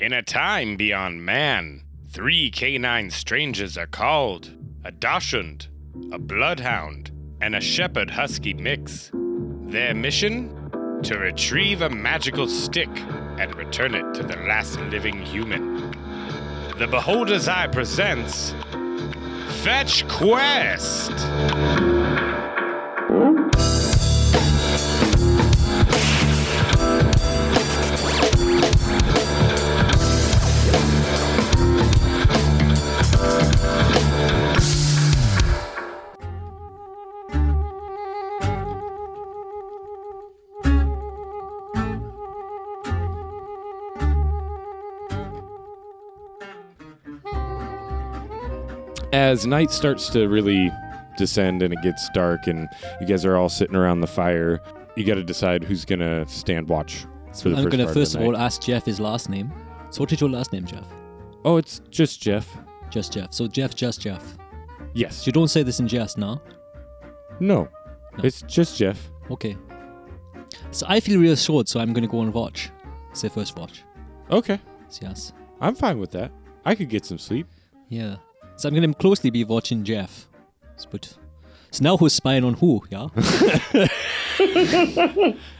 In a time beyond man, three canine strangers are called a Dachshund, a Bloodhound, and a Shepherd Husky mix. Their mission? To retrieve a magical stick and return it to the last living human. The Beholder's Eye presents Fetch Quest! as night starts to really descend and it gets dark and you guys are all sitting around the fire you got to decide who's gonna stand watch for the I'm first going to part first of, of the all night. ask Jeff his last name. So, what is your last name, Jeff? oh it's just jeff Just Jeff. So, Jeff, just Jeff. yes You don't say this in jest, nah? no, it's just jeff Okay. So, I feel reassured, so I'm going to go and watch. Say first watch. okay So, yes. i'm fine with that i could get some sleep Yeah. So, I'm going to closely be watching Jeff. So, but. So now who's spying on who, yeah?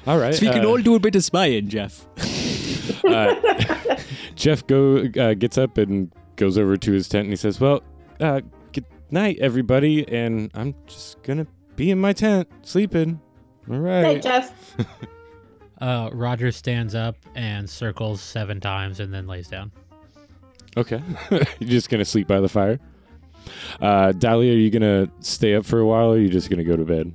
all right so we can uh, all do a bit of spying, Jeff. jeff go uh, gets up and goes over to his tent and he says well uh, good night everybody and i'm just gonna be in my tent sleeping all Night, right Jeff. Uh, Roger stands up and circles seven times and then lays down. Okay. You're just going to sleep by the fire? Uh, Dahlia, are you going to stay up for a while or are you just going to go to bed?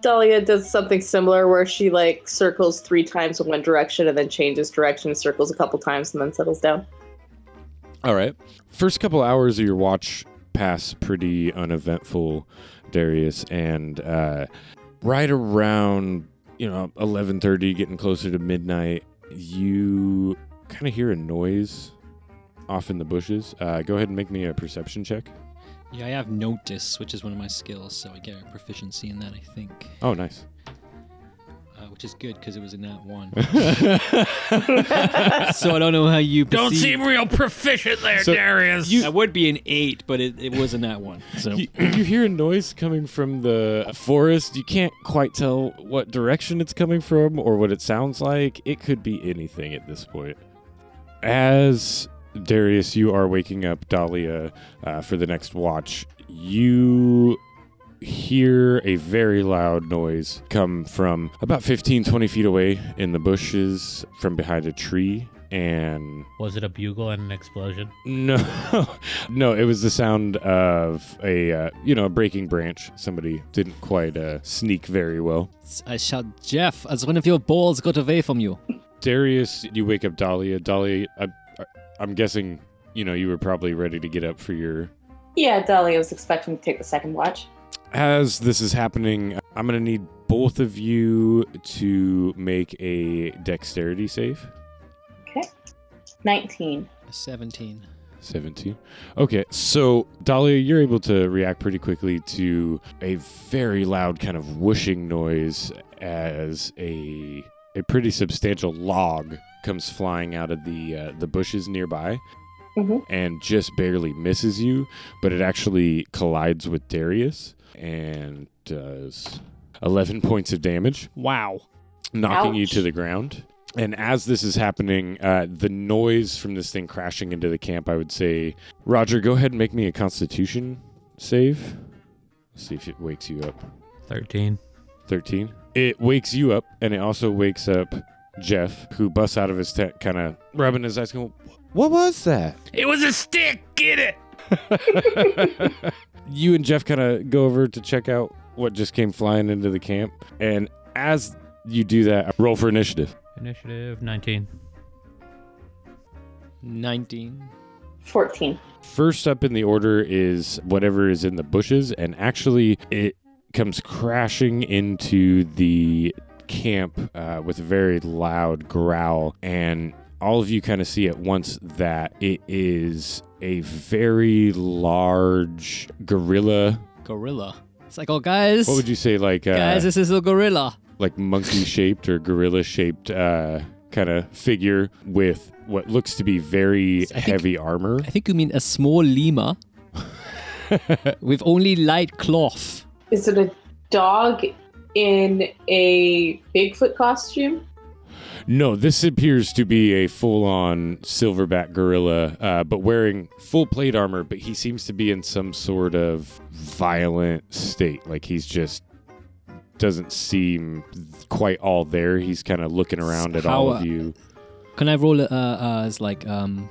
Dahlia does something similar where she like circles three times in one direction and then changes direction, circles a couple times, and then settles down. All right. First couple hours of your watch pass pretty uneventful, Darius, and uh, right around you know 11:30, getting closer to midnight, you kind of hear a noise off in the bushes. Uh, go ahead and make me a perception check. Yeah, I have notice, which is one of my skills, so I get a proficiency in that, I think. Oh, nice. Uh, which is good because it was in that one. so I don't know how you perceive. real proficient there, So, Darius. I would be an eight, but it, it wasn't that one. So you, you hear a noise coming from the forest. You can't quite tell what direction it's coming from or what it sounds like. It could be anything at this point. As Darius, you are waking up Dahlia uh, for the next watch. You hear a very loud noise come from about 15, 20 feet away in the bushes from behind a tree. And Was it a bugle and an explosion? no, no, it was the sound of a uh, you know a breaking branch. Somebody didn't quite uh, sneak very well. I shout, Jeff, as one of your balls got away from you. Darius, you wake up Dahlia. Dahlia, I, I, I'm guessing you know you were probably ready to get up for your. Yeah, Dahlia was expecting to take the second watch. As this is happening, I'm gonna need both of you to make a dexterity save. 19. Seventeen. 17. Okay, so Dahlia, you're able to react pretty quickly to a very loud kind of whooshing noise as a a pretty substantial log comes flying out of the uh, the bushes nearby Mhm. and just barely misses you, but it actually collides with Darius and does 11 points of damage Wow. knocking you Ouch. to the ground. And as this is happening, uh, the noise from this thing crashing into the camp, I would say, Roger, go ahead and make me a Constitution save. Let's see if it wakes you up. 13. 13. It wakes you up, and it also wakes up Jeff, who busts out of his tent, kind of rubbing his eyes, going, What was that? It was a stick. Get it. you and Jeff kind of go over to check out what just came flying into the camp. And as you do that, roll for initiative. Initiative 19. Nineteen. 14. First up in the order is whatever is in the bushes, and actually, it comes crashing into the camp uh, with a very loud growl. And all of you kind of see at once that it is a very large gorilla. Gorilla. It's like, oh, guys. What would you say, like uh, guys, this is a gorilla. like monkey shaped or gorilla shaped uh, kind of figure with what looks to be very I think- heavy armor. I think you mean a small lemur with only light cloth. Is it a dog in a Bigfoot costume? No, this appears to be a full-on silverback gorilla, uh, but wearing full plate armor. But he seems to be in some sort of violent state. Like he's just doesn't seem quite all there. He's kind of looking around at all How, of uh, you. Can I roll a, uh, uh, as like um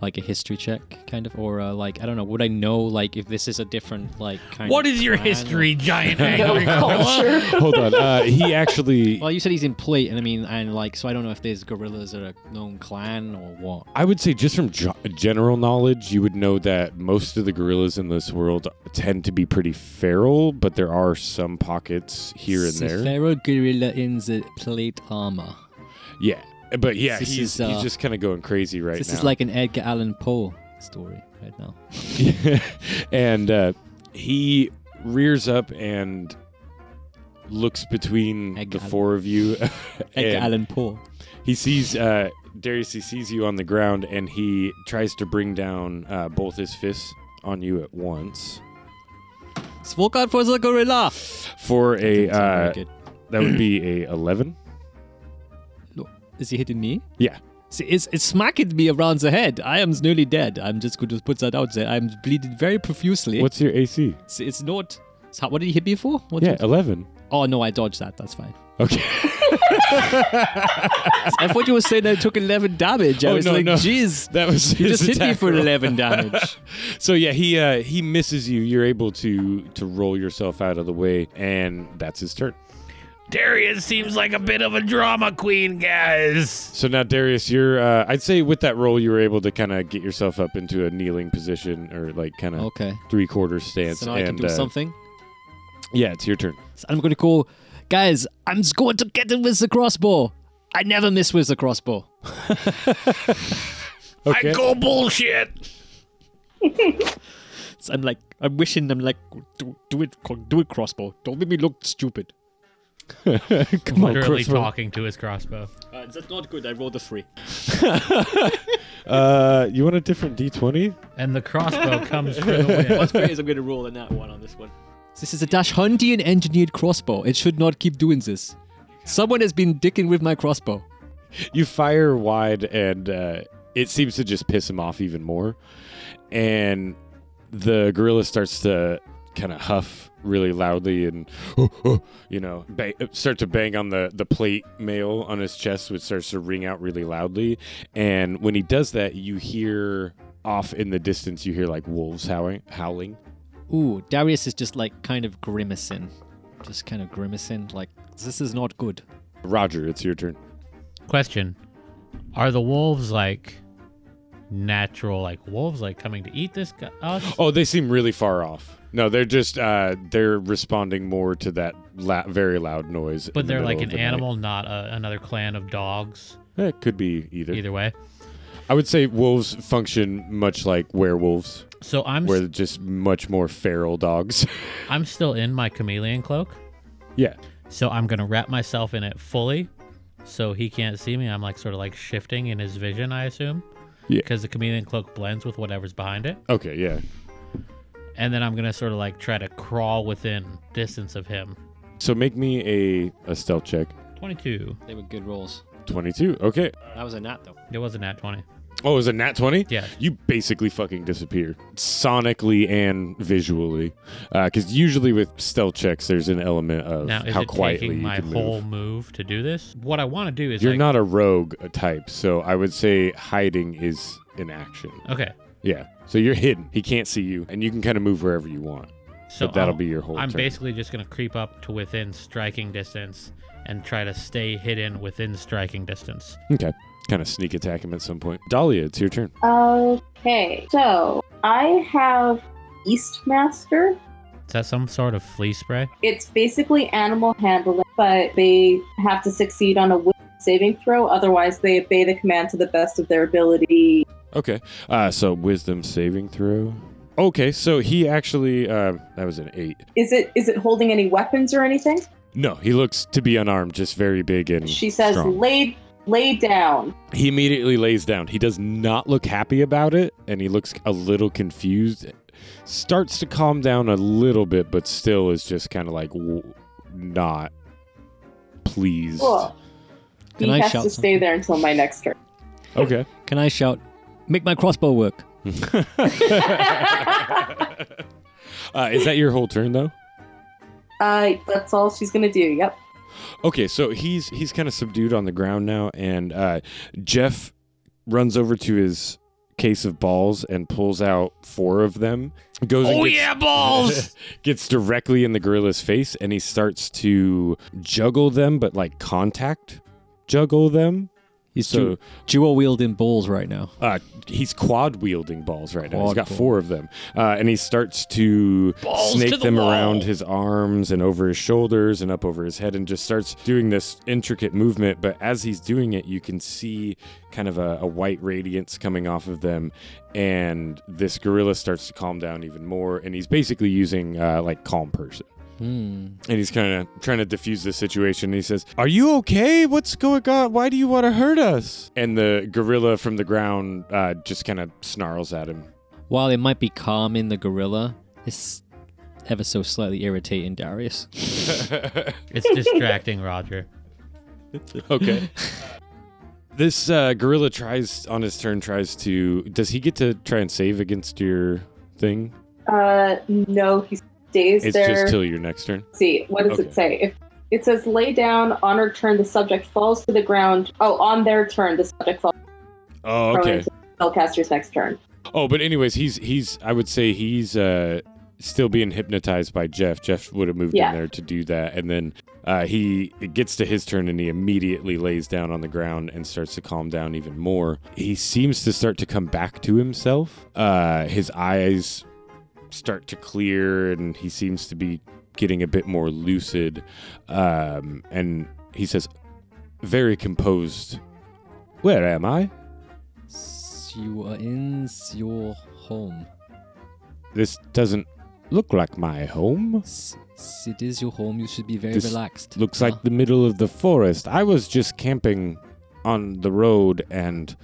like a history check kind of or uh, like I don't know would I know like if this is a different like kind What of is your clan or- history, giant No angry gorilla? culture. Hold on. Uh, he actually. Well, you said he's in plate, and I mean, and like, so I don't know if there's gorillas are a known clan or what. I would say just from jo- general knowledge, you would know that most of the gorillas in this world tend to be pretty feral, but there are some pockets here and there. Pharaoh gorilla in the plate armor. Yeah, but yeah, This he's is, uh, he's just kind of going crazy right this now. is like an Edgar Allan Poe story right now. and uh, he rears up and looks between Egg the Allen. four of you. Edgar and Allan Poe. he sees uh, Darius. He sees you on the ground, and he tries to bring down uh, both his fists on you at once Svokard for the gorilla. for a Doesn't sound uh, very good. that would be a eleven. Is he hitting me? Yeah. See, it's, it's smacking me around the head. I am nearly dead. I'm just going to put that out there. I'm bleeding very profusely. What's your AC? See, it's not. it's how- what did he hit me for? What Yeah, did- eleven. oh no, I dodged that. That's fine. Okay. I thought you were saying I took 11 damage. I Oh, was no, like, no. jeez. That was You his just hit me attack for roll. 11 damage. So yeah, he uh, he misses you. You're able to to roll yourself out of the way, and that's his turn. Darius seems like a bit of a drama queen, guys. So now Darius, you're uh, I'd say with that roll, you were able to kind of get yourself up into a kneeling position or like kind of okay. three quarter stance. So now and I can do uh, something. Yeah, it's your turn. So I'm going to call, guys, I'm just going to get him with the crossbow. I never miss with the crossbow. Okay. I go bullshit. So I'm like, I'm wishing, I'm like, do, do it, cro- do it, crossbow. Don't make me look stupid. Come on, Literally crossbow. talking to his crossbow. Uh, that's not good. I rolled a three. Uh, you want a different d20? And the crossbow comes for the win. What's great is I'm going to roll a nat one on this one. This is a Dash Hundian engineered crossbow. It should not keep doing this. Someone has been dicking with my crossbow. You fire wide, and uh, it seems to just piss him off even more. And the gorilla starts to kind of huff really loudly and, you know, ba- start to bang on the, the plate mail on his chest, which starts to ring out really loudly. And when he does that, you hear off in the distance, you hear like wolves howling. howling. Ooh, Darius is just like kind of grimacing. Just kind of grimacing, like, this is not good. Roger, it's your turn. Question: Are the wolves like natural, like wolves, like coming to eat this guy? Us? Oh, they seem really far off. No, they're just uh, they're responding more to that la- very loud noise. in but the they're like middle of the an night. Eh, animal, not a, another clan of dogs. It could be either. Either way, I would say wolves function much like werewolves, so I'm where they're just much more feral dogs. I'm still in my chameleon cloak, yeah. so I'm gonna wrap myself in it fully, so he can't see me. I'm like sort of like shifting in his vision, I assume, Yeah. because the chameleon cloak blends with whatever's behind it. Okay. Yeah. And then I'm gonna sort of like try to crawl within distance of him. So make me a a stealth check. Twenty-two. They were good rolls. Twenty two. Okay. That was a nat, though. It wasn't at twenty. Oh, it was a nat twenty. Yeah. You basically fucking disappear sonically and visually, because usually with stealth checks, there's an element of Now is how it quietly taking you my can move. whole move to do this? What I want to do is You're like, not a rogue type, so I would say hiding is an action. okay. Yeah. So you're hidden. He can't see you, and you can kind of move wherever you want. So but that'll I'll- be your whole I'm turn. basically just gonna creep up to within striking distance and try to stay hidden within striking distance. okay. Kind of sneak attack him at some point. Dahlia, it's your turn. Okay, so I have Eastmaster. Is that some sort of flea spray? It's basically animal handling, but they have to succeed on a will saving throw. Otherwise, they obey the command to the best of their ability. Okay. Uh, so wisdom saving throw. Okay. So he actually uh, that was an eight. Is it is it holding Mm, any weapons or anything? No, he looks to be unarmed, just very big and She says, strong. "Laid Lay down. He immediately lays down. He does not look happy about it, and he looks a little confused. Starts to calm down a little bit, but still is just kind of like w- not pleased. Cool. Can he I has shout to stay something? there until my next turn. Okay. Can I shout, make my crossbow work? Uh, is that your whole turn though? Uh, that's all she's gonna do. Yep. Okay, so he's he's kind of subdued on the ground now, and uh, Jeff runs over to his case of balls and pulls out four of them. Goes and Oh gets- yeah, balls! gets directly in the gorilla's face and he starts to juggle them, but like contact juggle them. He's So- so, dual wielding balls right now. Uh, he's quad wielding balls right now. He's Quad got ball. four of them, uh, and he starts to Balls snake to the them wall. around his arms and over his shoulders and up over his head, and just starts doing this intricate movement. But as he's doing it, you can see kind of a, a white radiance coming off of them, and this gorilla starts to calm down even more. And he's basically using uh, like calm person. Hmm. And he's kind of trying to diffuse the situation. He says, Are you okay? What's going on? Why do you want to hurt us? And the gorilla from the ground uh, just kind of snarls at him. While it might be calming the gorilla, it's ever so slightly irritating Darius. It's distracting, Roger. Okay. this uh, gorilla tries, on his turn, tries to. Does he get to try and save against your thing? Uh, no, he stays it's there. just till your next turn. Let's see, what does Okay. it say? If it says lay down on her turn, the subject falls to the ground. Oh, on their turn, the subject falls. Oh, okay. to the Spellcaster's next turn. Oh, but anyways, he's he's. I would say he's uh, still being hypnotized by Jeff. Jeff would have moved Yeah. in there to do that, and then uh, he it gets to his turn, and he immediately lays down on the ground and starts to calm down even more. He seems to start to come back to himself. Uh, his eyes start to clear, and he seems to be getting a bit more lucid. Um, and he says, very composed. Where am I? S- You are in s- your home. This doesn't look like my home. S- s- It is your home. You should be very This relaxed. Looks huh? like the middle of the forest. I was just camping on the road and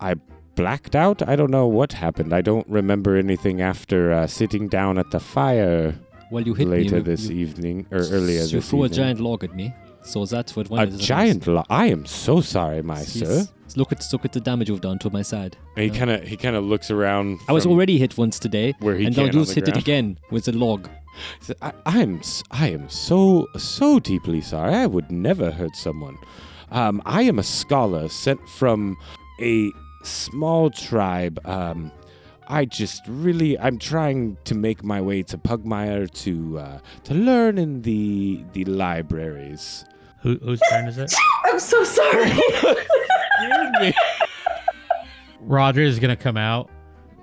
I blacked out. I don't know what happened. I don't remember anything after uh, sitting down at the fire well, you hit me. later you- this you- evening or earlier s- this You threw a evening. giant log at me, so that's what one A of the- giant lo- I am so sorry, my S- sir. s- Look at look at the damage you've done to my side. And he kind of he kind of looks around. I was from- already hit once today, where he and now can on you the hit it ground. again with a log. He said, I, I'm s- I am so so deeply sorry. I would never hurt someone. Um, I am a scholar sent from a small tribe. Um, I just really I'm trying to make my way to Pugmire to uh, to learn in the the libraries. Who, whose turn is it? I'm so sorry. Roger is gonna come out.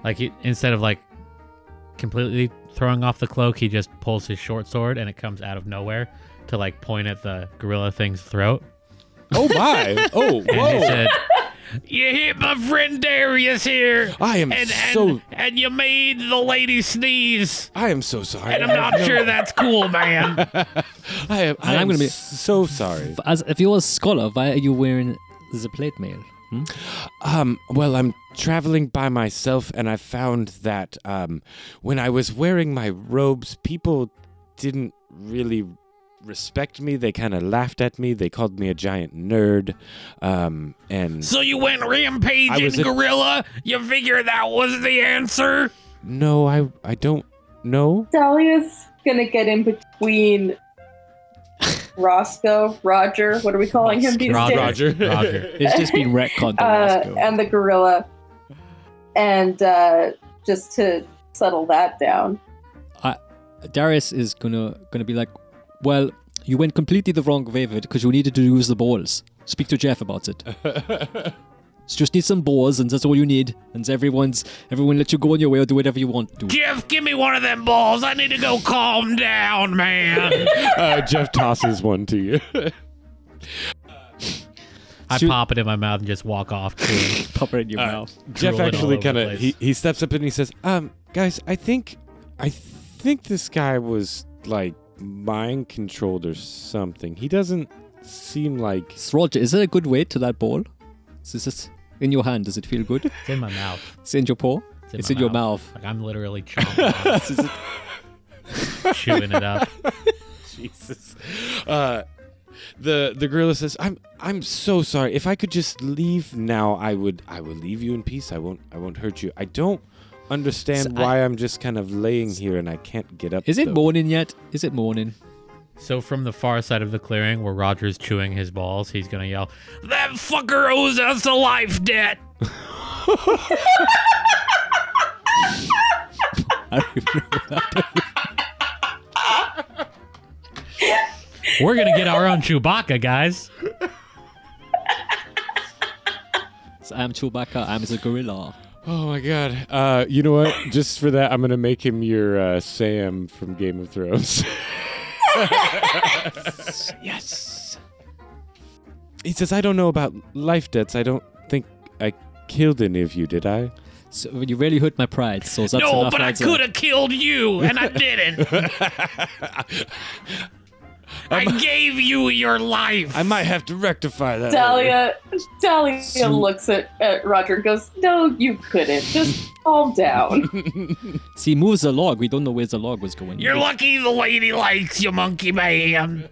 Like he, instead of like completely throwing off the cloak, he just pulls his short sword and it comes out of nowhere to like point at the gorilla thing's throat. oh my! Oh And he whoa! said, "You hit my friend Darius here, I am and so and, and you made the lady sneeze." I am so sorry. And I'm not No, sure that's cool, man. I am. I And am I'm gonna be- so sorry. As if you're a scholar, why are you wearing the plate mail? Hmm? Um, well, I'm traveling by myself, and I found that um, when I was wearing my robes, people didn't really respect me. They kind of laughed at me. They called me a giant nerd. Um, and so you went rampaging was a- gorilla. You figure that was the answer. no, I I don't know. Dahlia's gonna get in between Roscoe, Roger, what are we calling him these Roger. days? Roger. It's just been retconned. the last Uh, go. and the gorilla. And uh, just to settle that down. Darius is gonna gonna be like, well, you went completely the wrong way with it because you needed to use the balls. Speak to Jeff about it. So just need some balls, and that's all you need. And everyone's everyone let you go on your way or do whatever you want to. Jeff, give me one of them balls. I need to go calm down, man. Uh, Jeff tosses one to you. I Shoot. pop it in my mouth and just walk off. To him. Pop it in your Uh, mouth. Jeff Drool it all actually over kind the of place. he, he steps up and he says, "Um, guys, I think I think this guy was like mind controlled or something. He doesn't seem like Roger, is that a good weight to that ball? Is this in your hand? Does it feel good? It's in my mouth. It's in your paw? It's, in your mouth. Like I'm literally chomping, on Is it- it, chewing it up. Jesus. Uh, the the gorilla says, "I'm I'm so sorry. If I could just leave now, I would I will leave you in peace. I won't I won't hurt you. I don't understand So I- why I, am just kind of laying here and I can't get up. is it though. morning yet? Is it morning? So from the far side of the clearing, where Roger's chewing his balls, he's gonna yell, "That fucker owes us a life debt." I don't even know. We're gonna get our own Chewbacca, guys. So I'm Chewbacca. I'm the gorilla. Oh my god. Uh, you know what? just for that, I'm gonna make him your uh, Sam from Game of Thrones. Yes. he says, "I don't know about life debts. I don't think I killed any of you. Did I? So you really hurt my pride. So that's no, enough but I answer. could have killed you, and I didn't. I gave you your life. I might have to rectify that." Dahlia, Dahlia So- looks at, at Roger and goes, No, you couldn't. Just calm down. See, he moves the log. We don't know where the log was going. You're lucky the lady likes you, monkey man.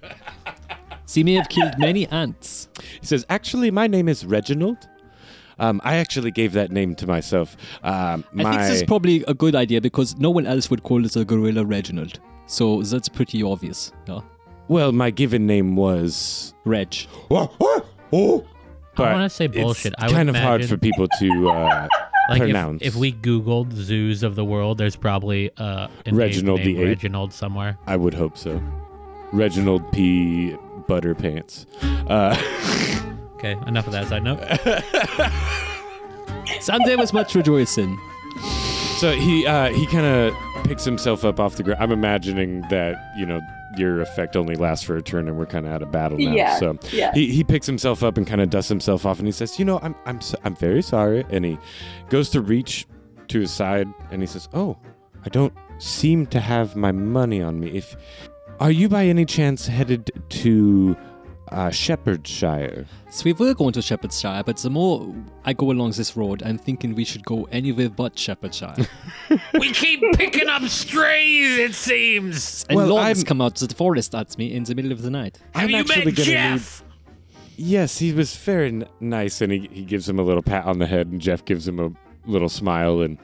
See, he may have killed many ants. He says, "Actually, my name is Reginald. Um, I actually gave that name to myself. Um, my I think this is probably a good idea because no one else would call the gorilla Reginald. So that's pretty obvious. No? well, my given name was. Reg. I But want to say bullshit. It's I would kind of hard imagine- for people to uh, like pronounce. If, if we Googled zoos of the world, there's probably uh, an ape Reginald named the ape. Reginald somewhere. I would hope so. Reginald P. Butterpants. Uh, Okay, enough of that side note. Sunday was much rejoicing. so he uh, he kind of picks himself up off the ground. I'm imagining that you know your effect only lasts for a turn, and we're kind of out of battle now. Yeah, so yeah. he, he picks himself up and kind of dusts himself off, and he says, "You know, I'm I'm so, I'm very sorry." And he goes to reach to his side, and he says, "Oh, I don't seem to have my money on me. If are you by any chance headed to uh, Shepherdshire?" So we were going to Shepherdshire, but the more I go along this road, I'm thinking we should go anywhere but Shepherdshire. we keep picking up strays, it seems. And Well, logs I'm- come out of the forest at me in the middle of the night. Have I'm you actually gonna met need- Jeff? Yes, he was very n- nice, and he, he gives him a little pat on the head, and Jeff gives him a little smile, and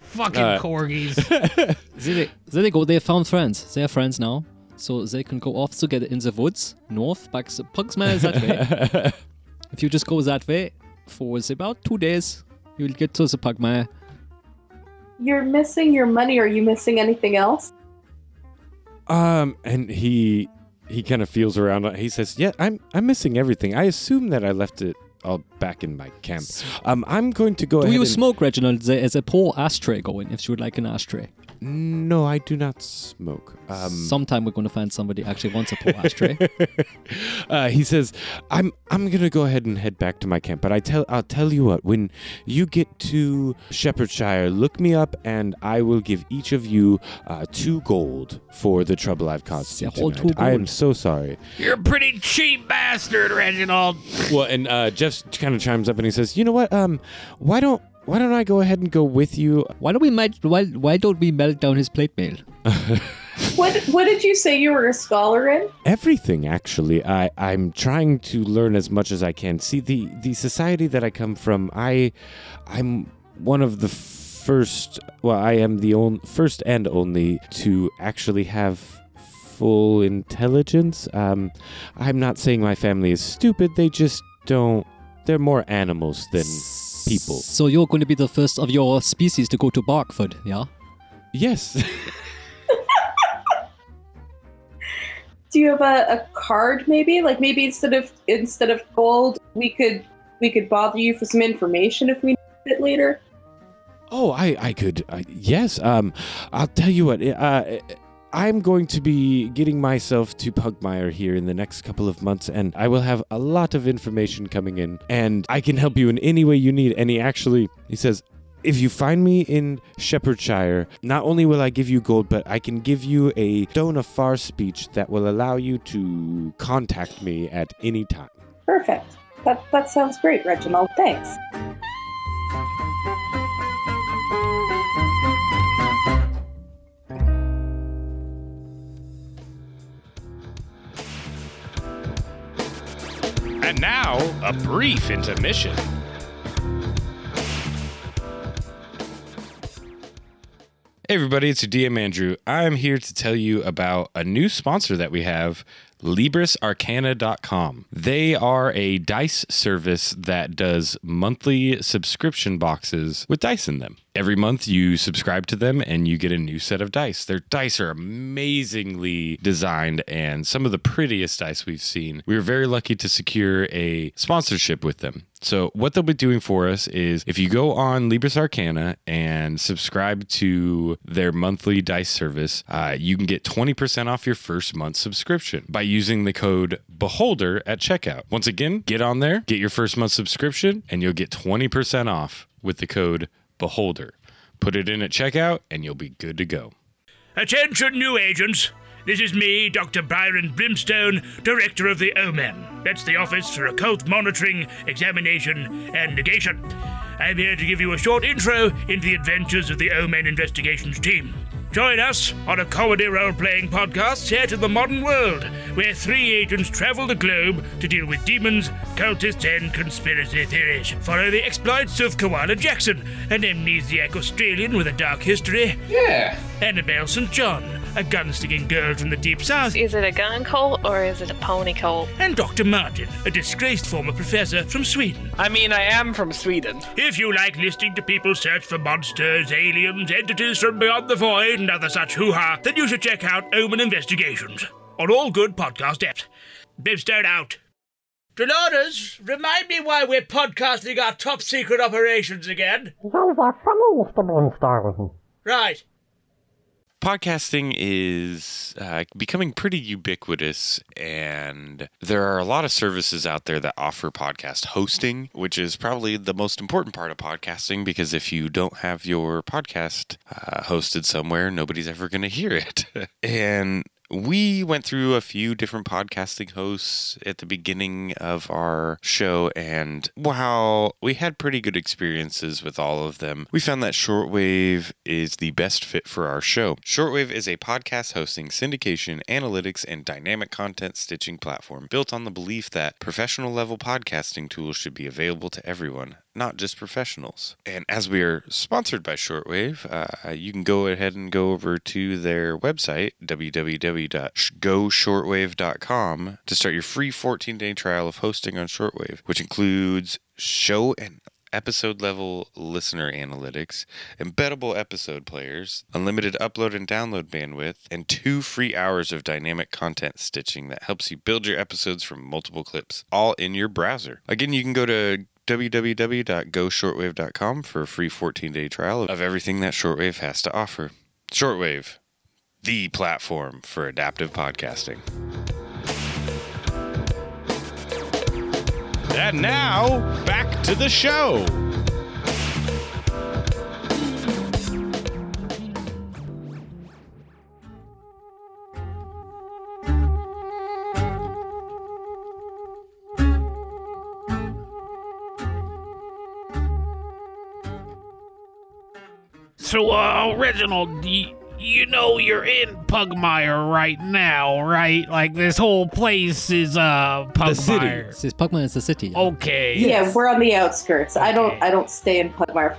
Fucking Uh, corgis. There they, there they go, they found friends. They're friends now. So they can go off together in the woods, north, back the Pugsmire is that way. if you just go that way for say, about two days, you'll get to the Pugmire. You're missing your money. Are you missing anything else? um, and he he kind of feels around. He says, "Yeah, I'm I'm missing everything. I assume that I left it all back in my camp. Um, I'm going to go Do ahead. you and- smoke, Reginald? There is a poor ashtray going if you would like an ashtray. No, I do not smoke. Um, Sometime we're going to find somebody who actually wants a poor ashtray. uh, he says, "I'm I'm gonna go ahead and head back to my camp. But I tell I'll tell you what. When you get to Shepherdshire, look me up, and I will give each of you uh, two gold for the trouble I've caused you Yeah, hold tonight. two I am gold. so sorry." You're a pretty cheap bastard, Reginald. Well, and uh, Jeff kind of chimes up and he says, "You know what? Um, why don't why don't I go ahead and go with you? Why don't we melt? Why, why don't we melt down his plate mail? What What did you say you were a scholar in? Everything, actually. I I'm trying to learn as much as I can. See, the the society that I come from, I I'm one of the first. Well, I am the on, first and only to actually have." Full intelligence. Um, I'm not saying my family is stupid. They just don't. They're more animals than people. So you're going to be the first of your species to go to Barkford, yeah? Yes. Do you have a, a card maybe? Like maybe instead of instead of gold, we could we could bother you for some information if we need it later. Oh, I, I could. I, yes. Um, I'll tell you what. Uh, I'm going to be getting myself to Pugmire here in the next couple of months, and I will have a lot of information coming in, and I can help you in any way you need. And he actually he says, If you find me in Shepherdshire, not only will I give you gold, but I can give you a Stone of Far speech that will allow you to contact me at any time. Perfect. That, that sounds great, Reginald. Thanks. And now, a brief intermission. Hey everybody, it's your DM Andrew. I'm here to tell you about a new sponsor that we have, LibrisArcana.com. They are a dice service that does monthly subscription boxes with dice in them. Every month you subscribe to them and you get a new set of dice. Their dice are amazingly designed and some of the prettiest dice we've seen. We were very lucky to secure a sponsorship with them. So what they'll be doing for us is if you go on Libris Arcana and subscribe to their monthly dice service, uh, you can get 20% off your first month subscription by using the code BEHOLDER at checkout. Once again, get on there, get your first month subscription, and you'll get 20% off with the code BEHOLDER. Put it in at checkout, and you'll be good to go. Attention, new agents. This is me, Dr. Byron Brimstone, Director of the Omen. That's the Office for Occult Monitoring, Examination, and Negation. I'm here to give you a short intro into the adventures of the Omen Investigations team. Join us on a comedy role playing podcast set in the modern world, where three agents travel the globe to deal with demons, cultists, and conspiracy theories. Follow the exploits of Koala Jackson, an amnesiac Australian with a dark history, Annabelle St. John, a gun sticking girl from the deep south, Is it a gun colt or is it a pony colt? and Dr. Martin, a disgraced former professor from Sweden. I mean, I am from Sweden. If you like listening to people search for monsters, aliens, entities from beyond the void, and other such hoo ha, then you should check out Omen Investigations on all good podcast apps. Bibstone out. Dolores, remind me why we're podcasting our top secret operations again. Right. podcasting is uh, becoming pretty ubiquitous, and there are a lot of services out there that offer podcast hosting, which is probably the most important part of podcasting because if you don't have your podcast uh, hosted somewhere, nobody's ever going to hear it. and we went through a few different podcasting hosts at the beginning of our show, and while we had pretty good experiences with all of them, we found that Shortwave is the best fit for our show. Shortwave is a podcast hosting, syndication, analytics, and dynamic content stitching platform built on the belief that professional level podcasting tools should be available to everyone, not just professionals. And as we are sponsored by Shortwave, uh, you can go ahead and go over to their website, www.goshortwave.com, to start your free 14 day trial of hosting on Shortwave, which includes show and episode level listener analytics, embeddable episode players, unlimited upload and download bandwidth, and two free hours of dynamic content stitching that helps you build your episodes from multiple clips, all in your browser. Again, you can go to www.goshortwave.com for a free 14 day trial of everything that Shortwave has to offer. Shortwave, the platform for adaptive podcasting. And now, back to the show. So, uh, Reginald, you, you know you're in Pugmire right now, right? Like, this whole place is, uh, Pugmire. city. This is Pugman is the city. Okay. Yeah, we're on the outskirts. I don't Okay. I don't stay in Pugmire.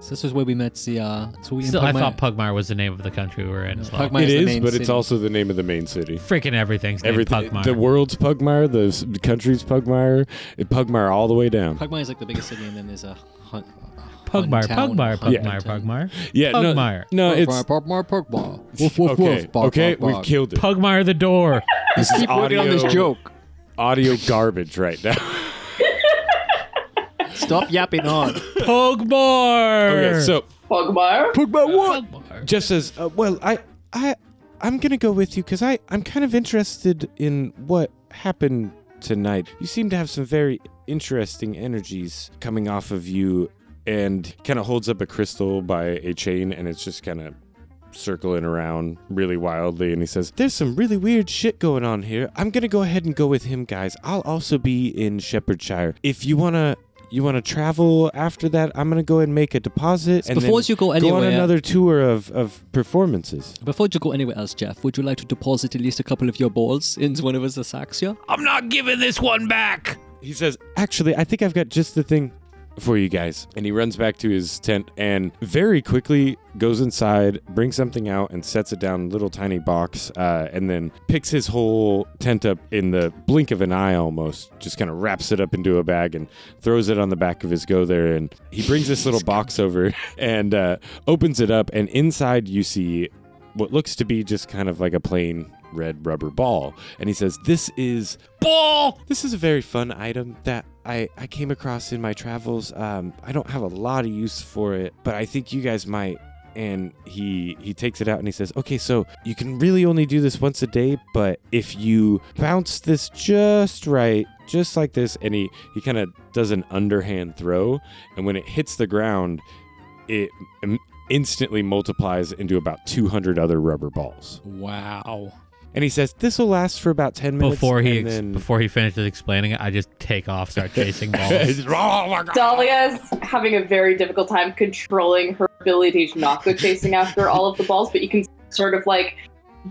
So this is where we met the. Uh, so we in Still, I Pugmire- thought Pugmire was the name of the country we were in as well. Pugmire it the is, main but it's city. also the name of the main city. Freaking everything's named Everything. Pugmire. The world's Pugmire, the s- the country's Pugmire, it Pugmire all the way down. Pugmire is like the biggest city, and then there's a. Hun- Pugmire, Huntown, Pugmire, Pugmire, Huntington. Pugmire. yeah, no, Pugmire. no, it's Pugmire, Pugmire, Pugmire. Woof, woof, okay. woof, bark, Okay, bark, we've bark. killed it. Pugmire the door. This is Keep working on this audio, joke. audio garbage right now. Stop yapping on. Pugmire. Okay, so Pugmire? Pugmire, what? Jeff says, uh, "Well, I, I, I'm gonna go with you because I, I'm kind of interested in what happened tonight. You seem to have some very interesting energies coming off of you and kind of holds up a crystal by a chain and it's just kind of circling around really wildly and he says there's some really weird shit going on here i'm gonna go ahead and go with him guys i'll also be in shepherdshire if you wanna you wanna travel after that i'm gonna go ahead and make a deposit and Before then you go go on anywhere- another tour of, of performances Before you go anywhere else, Jeff, would you like to deposit at least a couple of your balls into one of us sacks here? I'm not giving this one back. He says, Actually, I think I've got just the thing for you guys. And he runs back to his tent and very quickly goes inside, brings something out, and sets it down in a little tiny box, uh, and then picks his whole tent up in the blink of an eye almost, just kind of wraps it up into a bag and throws it on the back of his go there. And he brings this little box over and uh, opens it up, and inside you see what looks to be just kind of like a plain red rubber ball. And he says, This is Ball. this is a very fun item that I, I came across in my travels. Um, I don't have a lot of use for it, but I think you guys might. And he he takes it out and he says, "Okay, so you can really only do this once a day, but if you bounce this just right, just like this." And he he kind of does an underhand throw, and when it hits the ground, it im- instantly multiplies into about 200 other rubber balls. Wow. And he says, "This will last for about 10 minutes." Before he and ex- then- before he finishes explaining it, I just take off, start chasing balls. Dahlia's having a very difficult time controlling her ability to not go chasing after all of the balls, but you can sort of like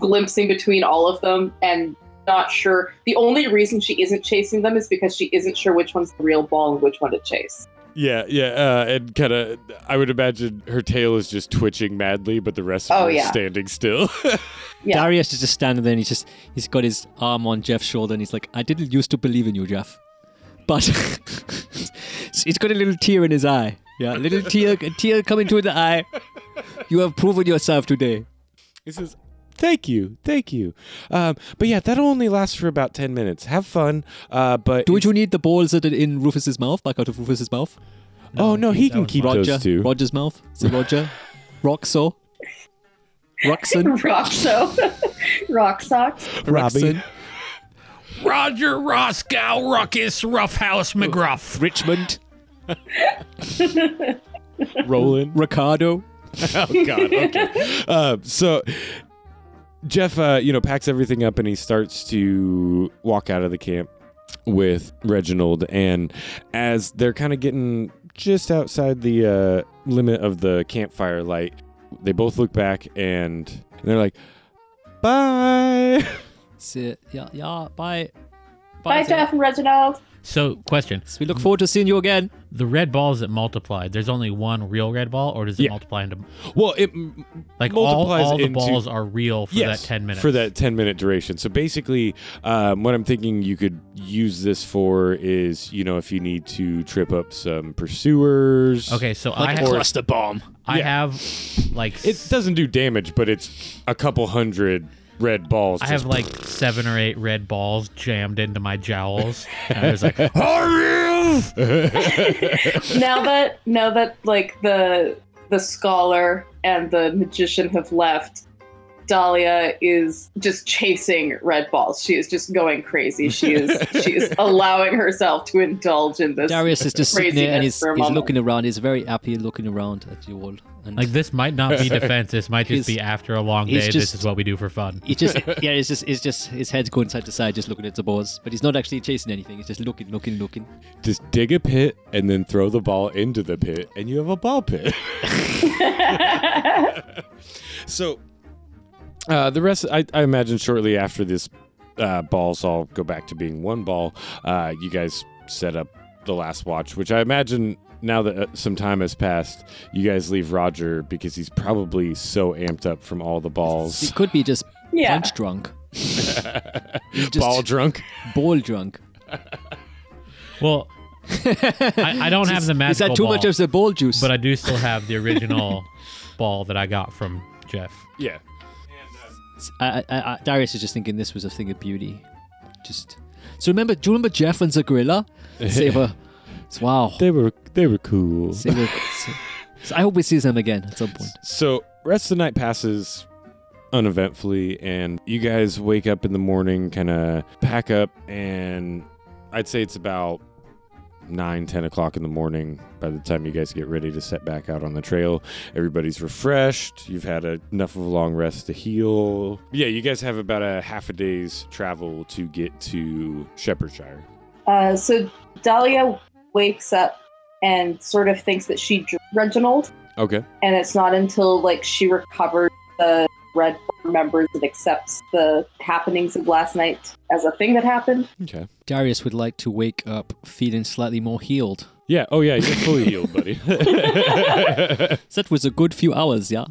glimpsing between all of them and not sure. The only reason she isn't chasing them is because she isn't sure which one's the real ball and which one to chase. Yeah, yeah, uh, and kind of, I would imagine her tail is just twitching madly, but the rest of Oh, her is yeah. standing still. Yeah. Darius is just standing there and he's just he's got his arm on Jeff's shoulder and he's like, I didn't used to believe in you, Jeff. But he's got a little tear in his eye. Yeah, a little tear a tear coming to the eye. You have proven yourself today. he says, "Thank you, thank you." Um, but yeah, that'll only last for about ten minutes. Have fun. Uh, but Do you need the balls that are in Rufus's mouth, back out of Rufus's mouth? oh no, he can keep Roger. those two. Roger's mouth. Is it Roger? Roxo? Roxon? Roxo. Rock socks. Robbie, Roxon? Roger Roscoe Ruckus Roughhouse McGruff. Richmond? Roland. Ricardo? oh God. Okay. Uh, so. Jeff, uh, you know, packs everything up and he starts to walk out of the camp with Reginald. And as they're kind of getting just outside the uh, limit of the campfire light, they both look back and they're like, "Bye." See, yeah, yeah, bye. Bye, Zara. Jeff and Reginald. so, question: We look forward to seeing you again. the red balls that multiplied. There's only one real red ball, or does it Yeah. multiply into Well, it like all, Multiplies all the into- balls are real for Yes, that ten minutes? for that 10 minute duration so basically um, what i'm thinking you could use this for is you know if you need to trip up some pursuers Okay, so I Like a have, cluster bomb. I Yeah. have like it doesn't do damage but it's a couple hundred red balls I just- have like seven or eight red balls jammed into my jowls. And I was like, now that now that like the the scholar and the magician have left Dahlia is just chasing red balls. She is just going crazy. She is she is allowing herself to indulge in this. Darius is just sitting there and he's, Craziness for a he's moment. looking around. He's very happy looking around at you all. And like this might not be defense. This might just He's- be after a long day. he's this just- is what we do for fun. he just, yeah, it's just, it's just his head's going side to side, just looking at the balls. But he's not actually chasing anything. He's just looking, looking, looking. just dig a pit and then throw the ball into the pit and you have a ball pit so uh, the rest I, I imagine shortly after this uh, balls all go back to being one ball uh, you guys set up the last watch which i imagine now that uh, some time has passed you guys leave roger because he's probably so amped up from all the He balls could be just Yeah. punch drunk, just- ball drunk ball drunk. Well, I, I don't have the Is magical that too ball, much of the ball juice? but I do still have the original ball that I got from Jeff. yeah I, I, I, Darius is just thinking this was a thing of beauty. Just so remember, do you remember Jeff and the gorilla? They were, it's- wow. they were they were cool They were- so- so I hope we see them again at some point. So rest of the night passes uneventfully, and you guys wake up in the morning, kind of pack up, and I'd say it's about nine, ten o'clock in the morning. By the time you guys get ready to set back out on the trail, everybody's refreshed. You've had a, enough of a long rest to heal. Yeah, you guys have about a half a day's travel to get to Shepherdshire. Uh, so Dahlia wakes up and sort of thinks that she drew Reginald, Okay. and it's not until like she recovers the red remembers and accepts the happenings of last night as a thing that happened. Okay. Darius would like to wake up feeling slightly more healed. Yeah. Oh, yeah. You're fully healed, buddy. That was a good few hours, yeah?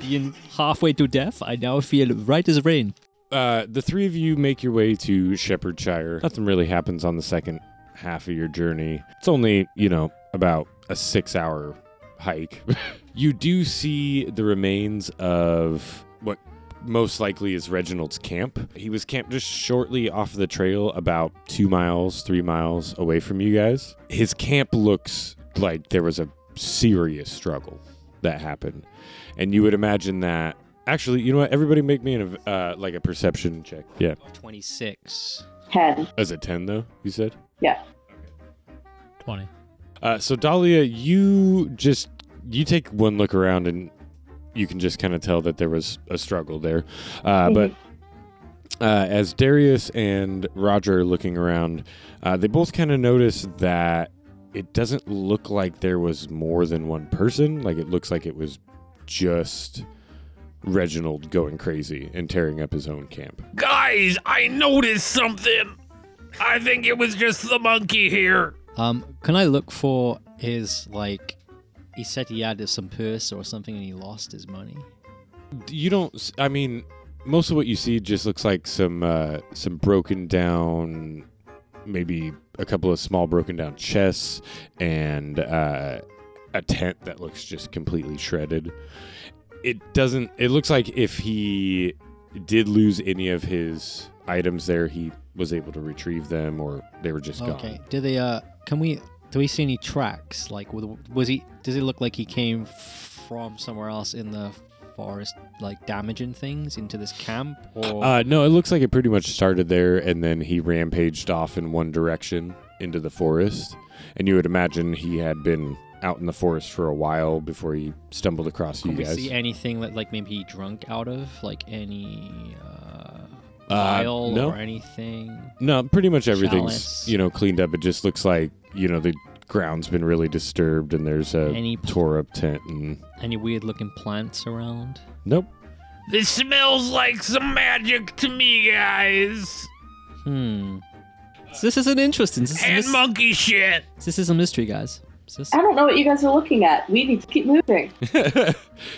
Being halfway to death, I now feel right as rain. uh, the three of you make your way to Shepherdshire. Nothing really happens on the second half of your journey. It's only, you know, about a six hour hike. you do see the remains of what most likely is Reginald's camp. He was camped just shortly off the trail, about two miles, three miles away from you guys. His camp looks like there was a serious struggle that happened. And you would imagine that. Actually, you know what? Everybody make me an, ev- uh, like a perception check. Yeah. 26. Ten. As a 10, though, you said? Yeah. 20. Uh, so Dahlia, you just you take one look around and you can just kind of tell that there was a struggle there. Uh, But uh, as Darius and Roger are looking around, uh, they both kind of notice that it doesn't look like there was more than one person. Like it looks like it was just Reginald going crazy and tearing up his own camp. Guys, I noticed something. I think it was just the monkey here. Um, can I look for his, like, he said he had some purse or something and he lost his money? you don't s- i mean most of what you see just looks like some uh some broken down maybe a couple of small broken down chests and uh a tent that looks just completely shredded it doesn't it looks like if he did lose any of his items there he was able to retrieve them or they were just Okay. Do they, uh, can we, do we see any tracks? Like, was was he, does it look like he came from somewhere else in the forest, like, damaging things into this camp? Or, gone uh no it looks like it pretty much started there and then he rampaged off in one direction into the forest and you would imagine he had been out in the forest for a while before he stumbled across Can you we guys. see anything that, like, maybe he drunk out of? Like, any uh, Uh, vial no. or anything? no, pretty much everything's Chalice. you know cleaned up. It just looks like you know the ground's been really disturbed and there's a Any- tore up tent and Any weird looking plants around? nope. This smells like some magic to me, guys. Hmm. So this is an interesting. This is, a, And mys- monkey shit. this is a mystery, guys. This is- I don't know what you guys are looking at. We need to keep moving.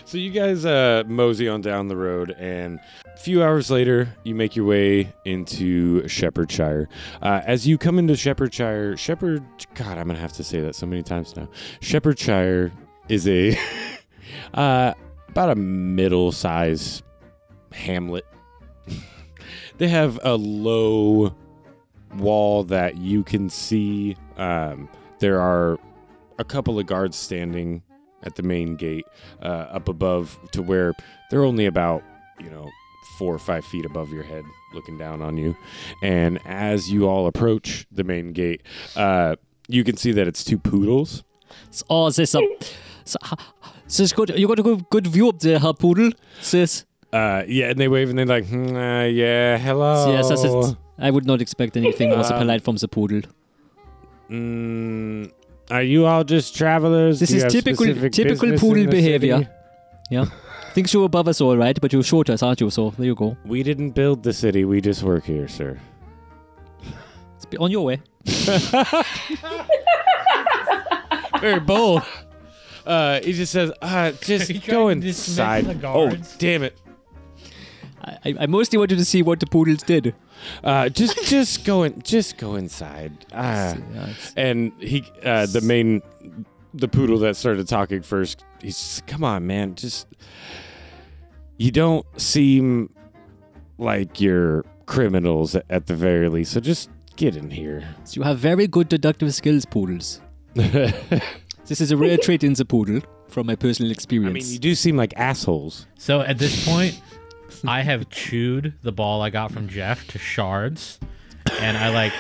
so you guys uh, mosey on down the road, and a few hours later, you make your way into Shepherdshire. Uh, as you come into Shepherdshire, Shepherd, God, I'm gonna have to say that so many times now. Shepherdshire is a uh, about a middle-sized hamlet. they have a low wall that you can see. Um, there are a couple of guards standing at the main gate uh, up above to where they're only about, you know, four or five feet above your head looking down on you. And as you all approach the main gate, uh, you can see that it's two poodles. it's- oh, this up. So, so it's good. You got a good, good view up there, huh, poodle? Sis. Uh, yeah, and they wave and they're like, "Hmm, uh, yeah, hello. Yes, that's it. I would not expect anything Oh. more so polite from the poodle. Mm, are you all just travelers? This Do you is have typical- specific typical business in poodle the behavior. city? Thinks you're above us, all right, but you're short us, aren't you? So there you go. We didn't build the city. We just work here, sir. It's be- on your way. Very bold. Uh, he just says, uh, just go inside. Oh, damn it. I, I- I mostly wanted to see what the poodles did. Uh, just, just go in, just go inside. Ah. Yeah, it's- And he, uh, the main, the poodle that started talking first, he's just, come on, man, just, you don't seem like you're criminals at the very least, so just get in here. so you have very good deductive skills, poodles. This is a rare trait in the poodle, from my personal I experience. mean, you do seem like assholes. So at this point, I have chewed the ball I got from Jeff to shards, and I like,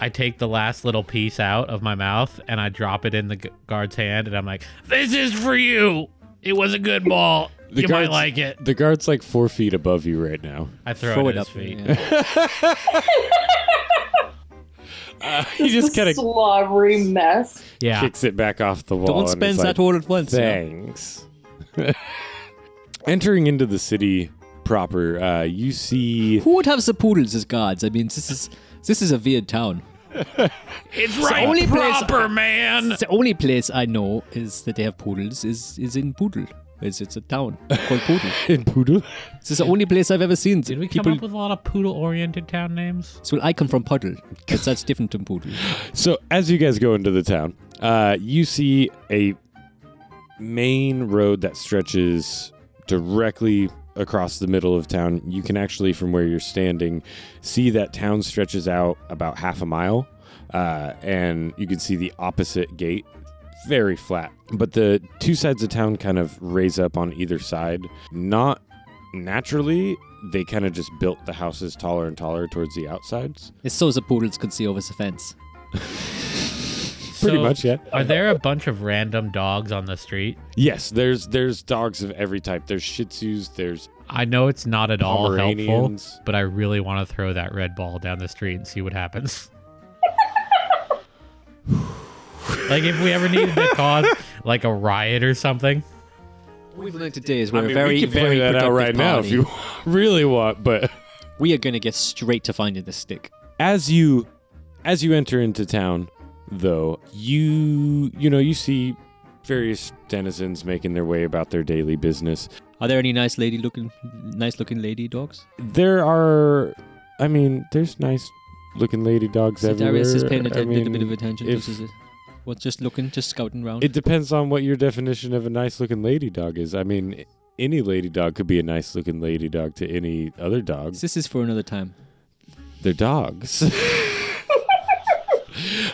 I take the last little piece out of my mouth and I drop it in the gu- guard's hand, and I'm like, This is for you. It was a good ball. The you guards- might like it. The guard's like four feet above you right now. I throw, Throw it, it at up. his feet. yeah. He just kind of slobbery mess. Yeah. kicks it back off the wall. Ah. Don't and it's spend like, that all at once. yeah. Thanks. Entering into the city proper, uh, you see Who would have the poodles as guards? I mean, this is this is a weird town. It's right only place- proper, man. It's the only place I know is that they have poodles is is in Poodle. It's, it's a town called Poodle. in Poodle. This is the only place I've ever seen. Did we people. come up with a lot of poodle-oriented town names? so I come from Puddle, but that's different than Poodle. So as you guys go into the town, uh, you see a main road that stretches directly across the middle of town. You can actually, from where you're standing, see that town stretches out about half a mile, uh, and you can see the opposite gate. Very flat, but the two sides of town kind of raise up on either side. Not naturally, they kind of just built the houses taller and taller towards the outsides. It's so the poodles could see over the fence. Pretty So, much, yeah. Are there a bunch of random dogs on the street? Yes, there's there's dogs of every type. There's Shih Tzus. There's I know it's not at all helpful, Pomeranians. but I really want to throw that red ball down the street and see what happens. like if we ever needed to cause like a riot or something. We've learned today is we're I mean, a very we can very play that out productive right now if party. you really want. But We are going to get straight to finding the stick. as you as you enter into town, though, you you know you see various denizens making their way about their daily business. Are there any nice lady looking, nice looking lady dogs? There are, I mean, there's nice looking lady dogs So everywhere. Darius is paying a little I bit- bit of mean, attention. if- to this. What's just looking, just scouting around. It depends on what your definition of a nice looking lady dog is. I mean, any lady dog could be a nice looking lady dog to any other dog. this is for another time. They're dogs.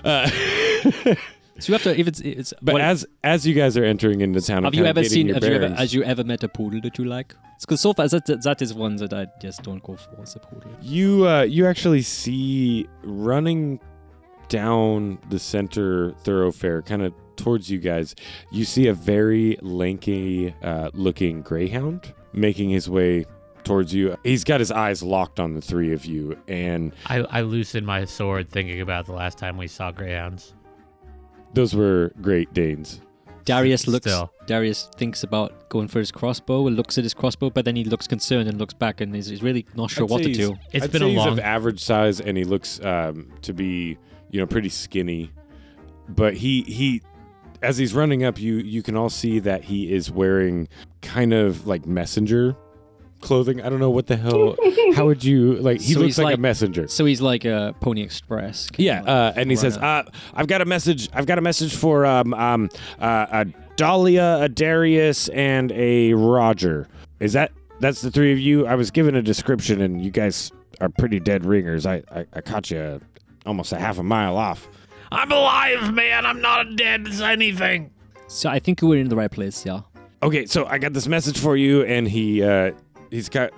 Uh, So you have to if it's it's. but well, as as you guys are entering into town, have you ever seen? Have you ever, has you ever met a poodle that you like? Because so far that, that that is one that I just don't go for as a poodle. you uh, you actually see running down the center thoroughfare, kind of towards you guys. You see a very lanky uh, looking greyhound making his way towards you. He's got his eyes locked on the three of you, and I, I loosened my sword thinking about the last time we saw greyhounds. those were Great Danes. Darius looks. Still. Darius thinks about going for his crossbow and looks at his crossbow, but then he looks concerned and looks back and is, is really not sure I'd what say to he's- do. It's I'd been say a he's long of average size, and he looks um, to be you know pretty skinny. But he he, as he's running up, you you can all see that he is wearing kind of like messenger clothing. I don't know what the hell. how would you like? He So looks he's like, a like- messenger. So he's like a Pony Express. kinda Yeah, like uh, and he runner. says, uh, "I've got a message. I've got a message for um, um, uh, uh, Dahlia, a Darius, and a Roger. Is that that's the three of you? I was given a description, and you guys are pretty dead ringers. I I, I caught you almost a half a mile off. I'm alive, man. I'm not dead as anything. So I think we're in the right place. Yeah. Okay, so I got this message for you, and he uh, he's got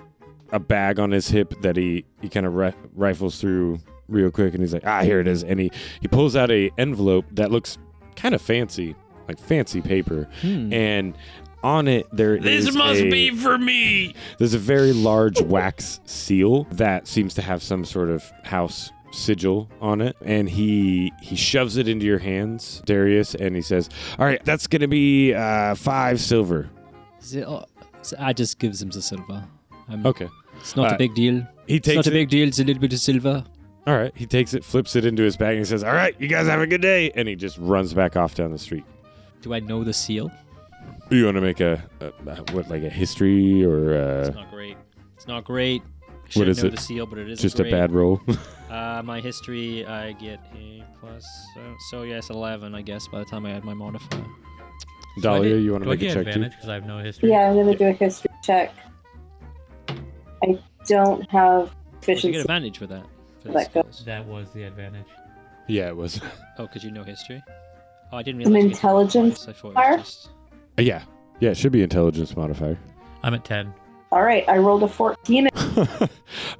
a bag on his hip that he he kind of ri- rifles through real quick, and he's like, ah, here it is, and he he pulls out a envelope that looks kind of fancy, like fancy paper, and on it there is Hmm. This must a- be for me. there's a very large wax seal that seems to have some sort of house sigil on it and he he shoves it into your hands darius and he says all right that's gonna be uh five silver So, oh, so I just gives him the silver. I'm, okay It's not Uh, a big deal. He It's takes not a it. big deal. It's a little bit of silver. all right. He takes it, flips it into his bag, and he says, "All right, you guys have a good day." And he just runs back off down the street. Do I know the seal? You want to make a, a what, like a history or It's uh not great. It's not great. Should What is know it? the seal, but it isn't just a great. bad roll? Uh, my history, I get a plus. Uh, so yes, eleven, I guess. By the time I add my modifier, Dahlia, you want Do to I make a get check too? advantage because I have no history? Yeah, I'm gonna do a history check. I don't have Well, you get efficiency. advantage with that. for the Let go. skills. That was the advantage. Yeah, it was. Oh, because you know history. Oh, I didn't An realize. you get to roll intelligence twice. I thought it modifier? was just. yeah, yeah. It should be intelligence modifier. I'm at 10. All right, I rolled a 14.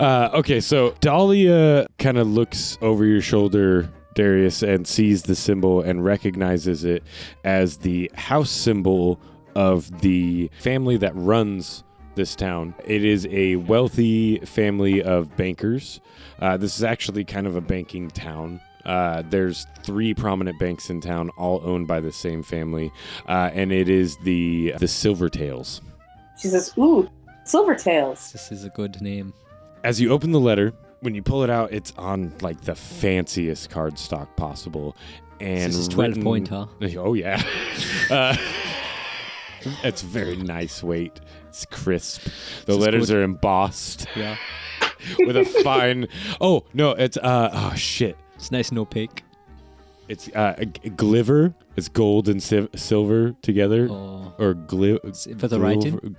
uh, okay, so Dahlia kind of looks over your shoulder, Darius, and sees the symbol and recognizes it as the house symbol of the family that runs this town. It is a wealthy family of bankers. Uh, this is actually kind of a banking town. Uh, there's three prominent banks in town, all owned by the same family, uh, and it is the the Silvertails. She says, Ooh, Silvertails. This is a good name. As you open the letter, when you pull it out, it's on like the fanciest cardstock possible, and This is 12 written- point, huh? Oh yeah, uh, it's very nice weight. It's crisp. The This is letters good. are embossed Yeah. with a fine. Oh no, it's uh oh shit. It's nice and opaque. It's uh g- gliver. It's gold and siv- silver together, Oh. or gli- It's for the writing.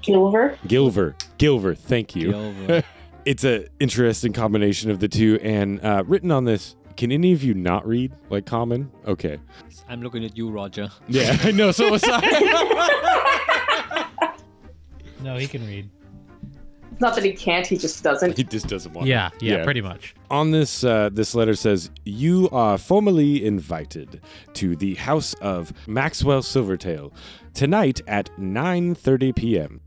Gilver. Gilver. Gilver. Thank you. Gilver. it's a interesting combination of the two and uh, written on this can any of you not read like common okay I'm looking at you, Roger. yeah i know so was i No, he can read. It's not that he can't, he just doesn't. he just doesn't want Yeah, yeah, Yeah. pretty much. on this uh, this letter says you are formally invited to the house of maxwell silvertail tonight at 9.30 p.m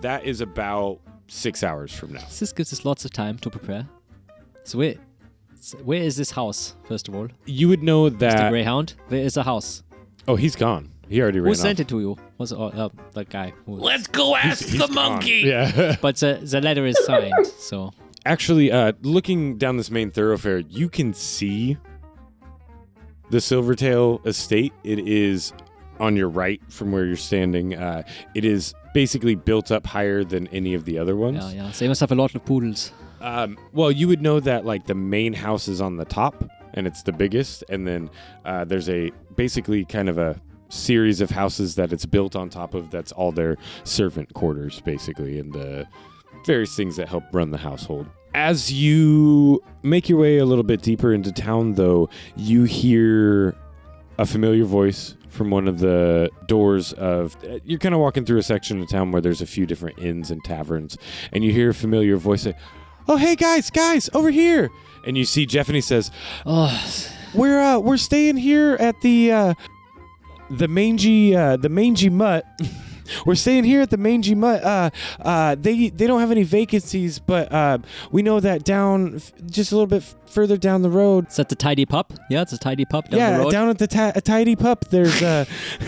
that is about six hours from now This gives us lots of time to prepare. So wait, so where is this house? First of all, you would know the that Greyhound. Where is the house? oh he's gone he already Who ran sent off. it to you? Was it, oh, uh, that guy? Who, Let's go ask He's the gone. monkey. yeah but the, the letter is signed, so actually uh, looking down this main thoroughfare you can see the silvertail estate it is on your right from where you're standing uh, it is basically built up higher than any of the other ones yeah, yeah. So they must have a lot of poodles. um, well you would know that like the main house is on the top and it's the biggest and then uh, there's a basically kind of a series of houses that it's built on top of that's all their servant quarters basically and uh, various things that help run the household. As you make your way a little bit deeper into town, though, you hear a familiar voice from one of the doors of. uh, You're kind of walking through a section of town where there's a few different inns and taverns, and you hear a familiar voice say, "Oh, hey guys, guys, over here!" And you see Jeff, and he says, Oh, "We're uh, we're staying here at the uh, the mangy uh, the mangy mutt." We're staying here at the Mangy Mutt. Uh, uh, they they don't have any vacancies, but uh, we know that down f- just a little bit f- further down the road. is that the tidy pup? Yeah, it's a tidy pup down yeah, the road. down at the ti- a Tidy Pup, there's uh,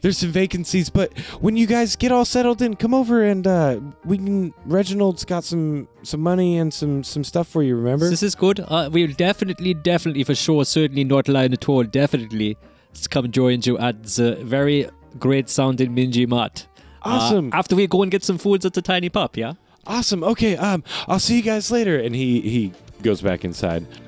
there's some vacancies. But when you guys get all settled in, come over and uh, we can. Reginald's got some some money and some some stuff for you. Remember? This is good. Uh, we'll definitely, definitely, for sure, certainly not lying at all. Definitely s- come join you at the very great sounding Minji Mart. Uh, Awesome. after we go and get some foods at the tiny pup, yeah? awesome. Okay. Um, I'll see you guys later. And he he goes back inside.